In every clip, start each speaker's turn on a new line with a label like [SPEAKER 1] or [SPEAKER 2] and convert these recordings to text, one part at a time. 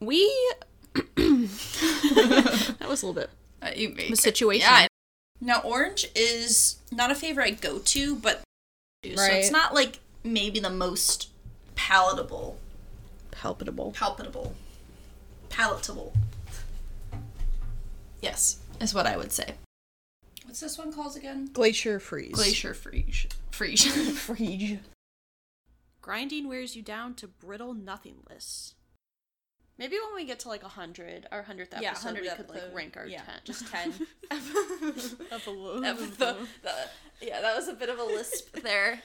[SPEAKER 1] We. that was a little bit.
[SPEAKER 2] Uh, you-
[SPEAKER 1] The situation.
[SPEAKER 2] Yeah. Now orange is not a flavor I go to, but so it's
[SPEAKER 1] Right.
[SPEAKER 2] not like maybe the most palatable,
[SPEAKER 1] Palpable.
[SPEAKER 2] palpitable, palatable. Yes, is what I would say. What's this one called again?
[SPEAKER 1] Glacier freeze.
[SPEAKER 2] Glacier freeze. Freeze.
[SPEAKER 1] freeze. Grinding wears you down to brittle nothingness. Maybe when we get to like a hundred, our hundredth episode,
[SPEAKER 2] Yeah,
[SPEAKER 1] we
[SPEAKER 2] 100th
[SPEAKER 1] could like
[SPEAKER 2] episode.
[SPEAKER 1] rank our
[SPEAKER 2] Yeah,
[SPEAKER 1] ten,
[SPEAKER 2] just 10.
[SPEAKER 1] episode.
[SPEAKER 2] yeah, that was a bit of a lisp there.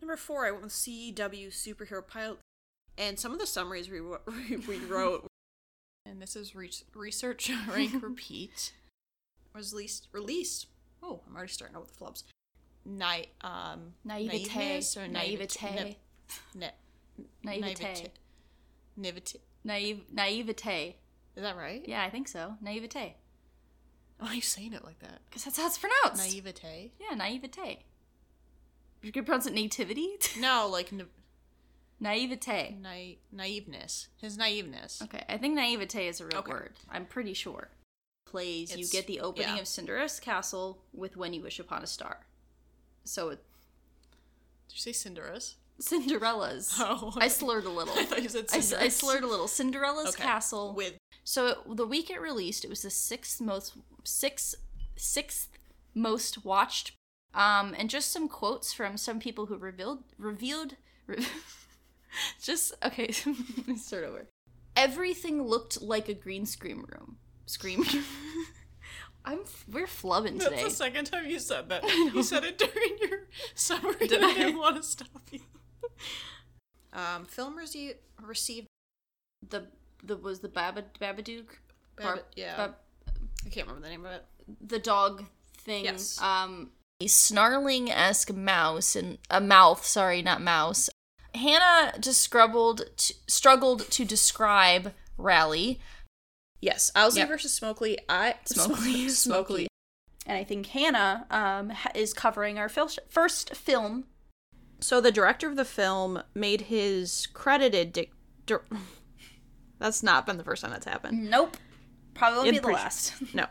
[SPEAKER 1] Number four, I went with CW superhero pilot, and some of the summaries we wo- we wrote
[SPEAKER 3] And this is re- research rank repeat.
[SPEAKER 1] was least released. Oh, I'm already starting out with the flubs. Night, um, naiveness or
[SPEAKER 3] Naivete.
[SPEAKER 1] na- na-
[SPEAKER 3] Naivete.
[SPEAKER 1] naivete.
[SPEAKER 3] Naive, naivete.
[SPEAKER 1] Is that right?
[SPEAKER 3] Yeah, I think so. Naivete.
[SPEAKER 1] Why are you saying it like that?
[SPEAKER 3] Because that's how it's pronounced.
[SPEAKER 1] Naivete.
[SPEAKER 3] Yeah, naivete. You could pronounce it nativity?
[SPEAKER 1] No, like na-
[SPEAKER 3] naivete.
[SPEAKER 1] na- naiveness. His naiveness.
[SPEAKER 3] Okay, I think naivete is a real
[SPEAKER 1] Okay.
[SPEAKER 3] word. I'm pretty sure. Plays, you
[SPEAKER 1] It's-
[SPEAKER 3] get the opening
[SPEAKER 1] yeah.
[SPEAKER 3] of Cinderella's castle with When You Wish Upon a Star. So it,
[SPEAKER 1] Did you say Cinderus?
[SPEAKER 3] Cinderella's.
[SPEAKER 1] Oh,
[SPEAKER 3] I slurred a little.
[SPEAKER 1] I thought you said
[SPEAKER 3] I, s- I
[SPEAKER 1] Cinderus.
[SPEAKER 3] slurred a little. Cinderella's
[SPEAKER 1] Okay.
[SPEAKER 3] castle.
[SPEAKER 1] with
[SPEAKER 3] So it- the week it released, it was the sixth most sixth sixth most watched. Um, and just some quotes from some people who revealed revealed. Re- just okay. let me start over. Everything looked like a green screen room. Scream. I'm we're flubbing today.
[SPEAKER 1] That's the second time you said that. You said it during your summary. Did I?
[SPEAKER 3] I?
[SPEAKER 1] didn't want to stop you. Um, film rece- received.
[SPEAKER 3] the the was the Baba, Babadook.
[SPEAKER 1] Bab-
[SPEAKER 3] Bar-
[SPEAKER 1] yeah,
[SPEAKER 3] Bab-
[SPEAKER 1] I can't remember the name of it.
[SPEAKER 3] the dog thing.
[SPEAKER 1] Yes.
[SPEAKER 3] Um, a snarling esque mouse and a mouth. Sorry, not mouse. Hannah just struggled to, struggled to describe Rally,
[SPEAKER 1] Yes, Owsley
[SPEAKER 3] Yep.
[SPEAKER 1] versus Smokley. I
[SPEAKER 3] Smokley, Smokley, and I think Hannah um, ha- is covering our fil- first film.
[SPEAKER 1] So the director of the film made his credited. Dic- dir- that's not been the first time that's happened.
[SPEAKER 3] Nope, probably
[SPEAKER 1] In
[SPEAKER 3] be the
[SPEAKER 1] pre-
[SPEAKER 3] last.
[SPEAKER 1] No.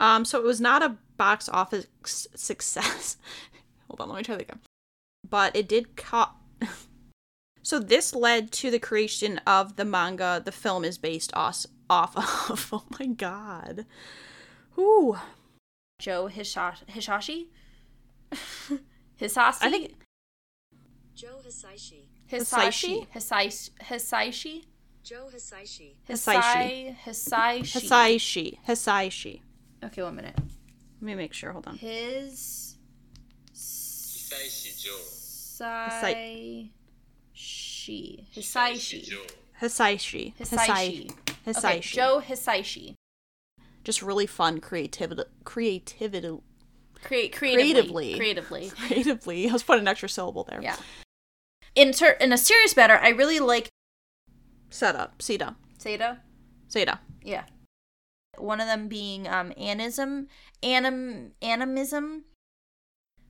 [SPEAKER 1] Um, so it was not a box office success. Hold on, let me try that again. But it did co- So this led to the creation of the manga the film is based off, off of. Oh my god. Ooh.
[SPEAKER 3] Joe Hisha- Hishashi, Hisashi.
[SPEAKER 1] I think
[SPEAKER 4] Joe Hisaishi.
[SPEAKER 3] Hisaishi. Hisaishi. Hisaishi.
[SPEAKER 4] Joe Hisaishi.
[SPEAKER 1] Hisaishi.
[SPEAKER 3] Hisai.
[SPEAKER 1] Hisaishi.
[SPEAKER 3] Hisaishi.
[SPEAKER 1] Hisaishi.
[SPEAKER 3] Okay, one minute.
[SPEAKER 1] Let me make sure. Hold on.
[SPEAKER 3] His.
[SPEAKER 5] Hisaishi Joe.
[SPEAKER 3] Sai. She. Hisaishi.
[SPEAKER 5] Joe.
[SPEAKER 1] Hisaishi.
[SPEAKER 3] Hisaishi.
[SPEAKER 1] Hisaishi.
[SPEAKER 3] Okay, Joe Hisaishi.
[SPEAKER 1] Just really fun creativity. Creativity.
[SPEAKER 3] Create
[SPEAKER 1] Creatively.
[SPEAKER 3] creatively. Creatively.
[SPEAKER 1] Creatively. I was putting an extra syllable there.
[SPEAKER 3] Yeah. In ter- in a serious matter, I really like
[SPEAKER 1] Setup. Seta.
[SPEAKER 3] Seda.
[SPEAKER 1] Seta.
[SPEAKER 3] Yeah. One of them being um anism, anim animism,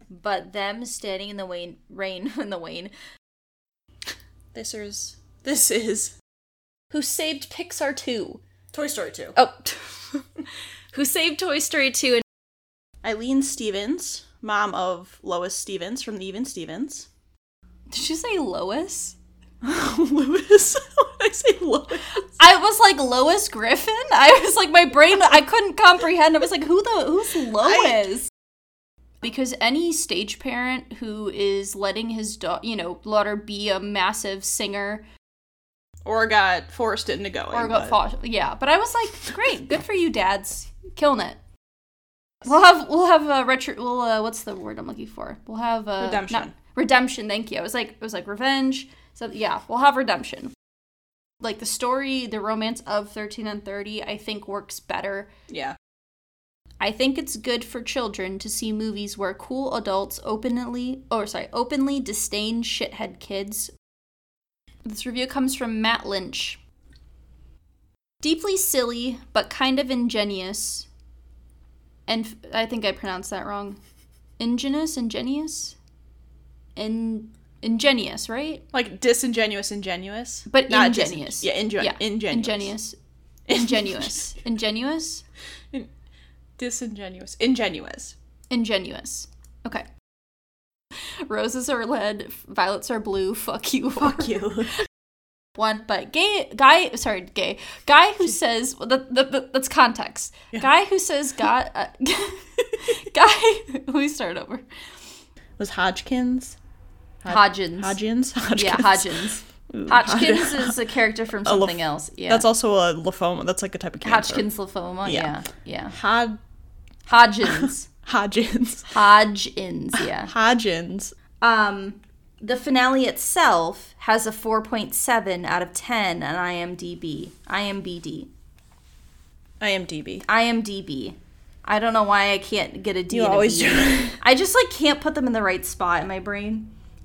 [SPEAKER 3] but them standing in the wane, rain in the wane.
[SPEAKER 2] This is this is
[SPEAKER 3] Who saved Pixar two?
[SPEAKER 2] Toy Story two.
[SPEAKER 3] Oh, who saved Toy Story two? And
[SPEAKER 1] Eileen Stevens, mom of Lois Stevens from the Even Stevens.
[SPEAKER 3] did you say Lois?
[SPEAKER 1] Lewis. when I say Lois.
[SPEAKER 3] I was like Lois Griffin. I was like my brain. I couldn't comprehend. I was like, who the who's Lois? because any stage parent who is letting his daughter, you know, daughter be a massive singer
[SPEAKER 1] Or got forced into going.
[SPEAKER 3] or got
[SPEAKER 1] but-
[SPEAKER 3] fought, yeah. But I was like, great, good for you, dads, killing it. We'll have we'll have uh, retro. We'll uh, what's the word I'm looking for? We'll have uh,
[SPEAKER 1] Redemption.
[SPEAKER 3] not- redemption. Thank you. I was like it was like revenge. So yeah, we'll have redemption. Like the story, the romance of Thirteen and Thirty, I think works better.
[SPEAKER 1] Yeah.
[SPEAKER 3] I think it's good for children to see movies where cool adults openly or sorry, openly disdain shithead kids. This review comes from Matt Lynch. Deeply silly, but kind of ingenious. And f- I think I pronounced that wrong. Ingenious, ingenious, in ingenious, right?
[SPEAKER 1] Like disingenuous, ingenuous,
[SPEAKER 3] But
[SPEAKER 1] Not dis-
[SPEAKER 3] ingenious.
[SPEAKER 1] yeah, inge- ingenuous.
[SPEAKER 3] Ingenious. Ingenuous. ingenuous.
[SPEAKER 1] disingenuous, ingenuous.
[SPEAKER 3] Ingenuous. Okay. Roses are red, violets are blue. Fuck you. Fuck
[SPEAKER 1] You.
[SPEAKER 3] One, but gay guy. Sorry, gay guy who says well, that, that, that- that's context. Guy who says God. Uh, guy. Let me start over.
[SPEAKER 1] Was Hodgkins?
[SPEAKER 3] Hodgins.
[SPEAKER 1] Hodgins. Hodgkins.
[SPEAKER 3] Yeah, Hodgins.
[SPEAKER 1] Ooh,
[SPEAKER 3] Hodgkins
[SPEAKER 1] Hod-
[SPEAKER 3] is a character from
[SPEAKER 1] lef-
[SPEAKER 3] something else. Yeah.
[SPEAKER 1] That's also a lymphoma. That's like a type of cancer.
[SPEAKER 3] Hodgkin's lymphoma.
[SPEAKER 1] Yeah.
[SPEAKER 3] Yeah. Yeah.
[SPEAKER 1] Hod.
[SPEAKER 3] Hodgins.
[SPEAKER 1] Hodgins.
[SPEAKER 3] Hodgins. Yeah.
[SPEAKER 1] Hodgins.
[SPEAKER 3] Um, the finale itself has a 4.7 out of 10 on IMDb. IMBD.
[SPEAKER 1] IMDb.
[SPEAKER 3] IMDb. I don't know why I can't get a D.
[SPEAKER 1] You
[SPEAKER 3] and a
[SPEAKER 1] always
[SPEAKER 3] B.
[SPEAKER 1] do.
[SPEAKER 3] I just like can't put them in the right spot in my brain.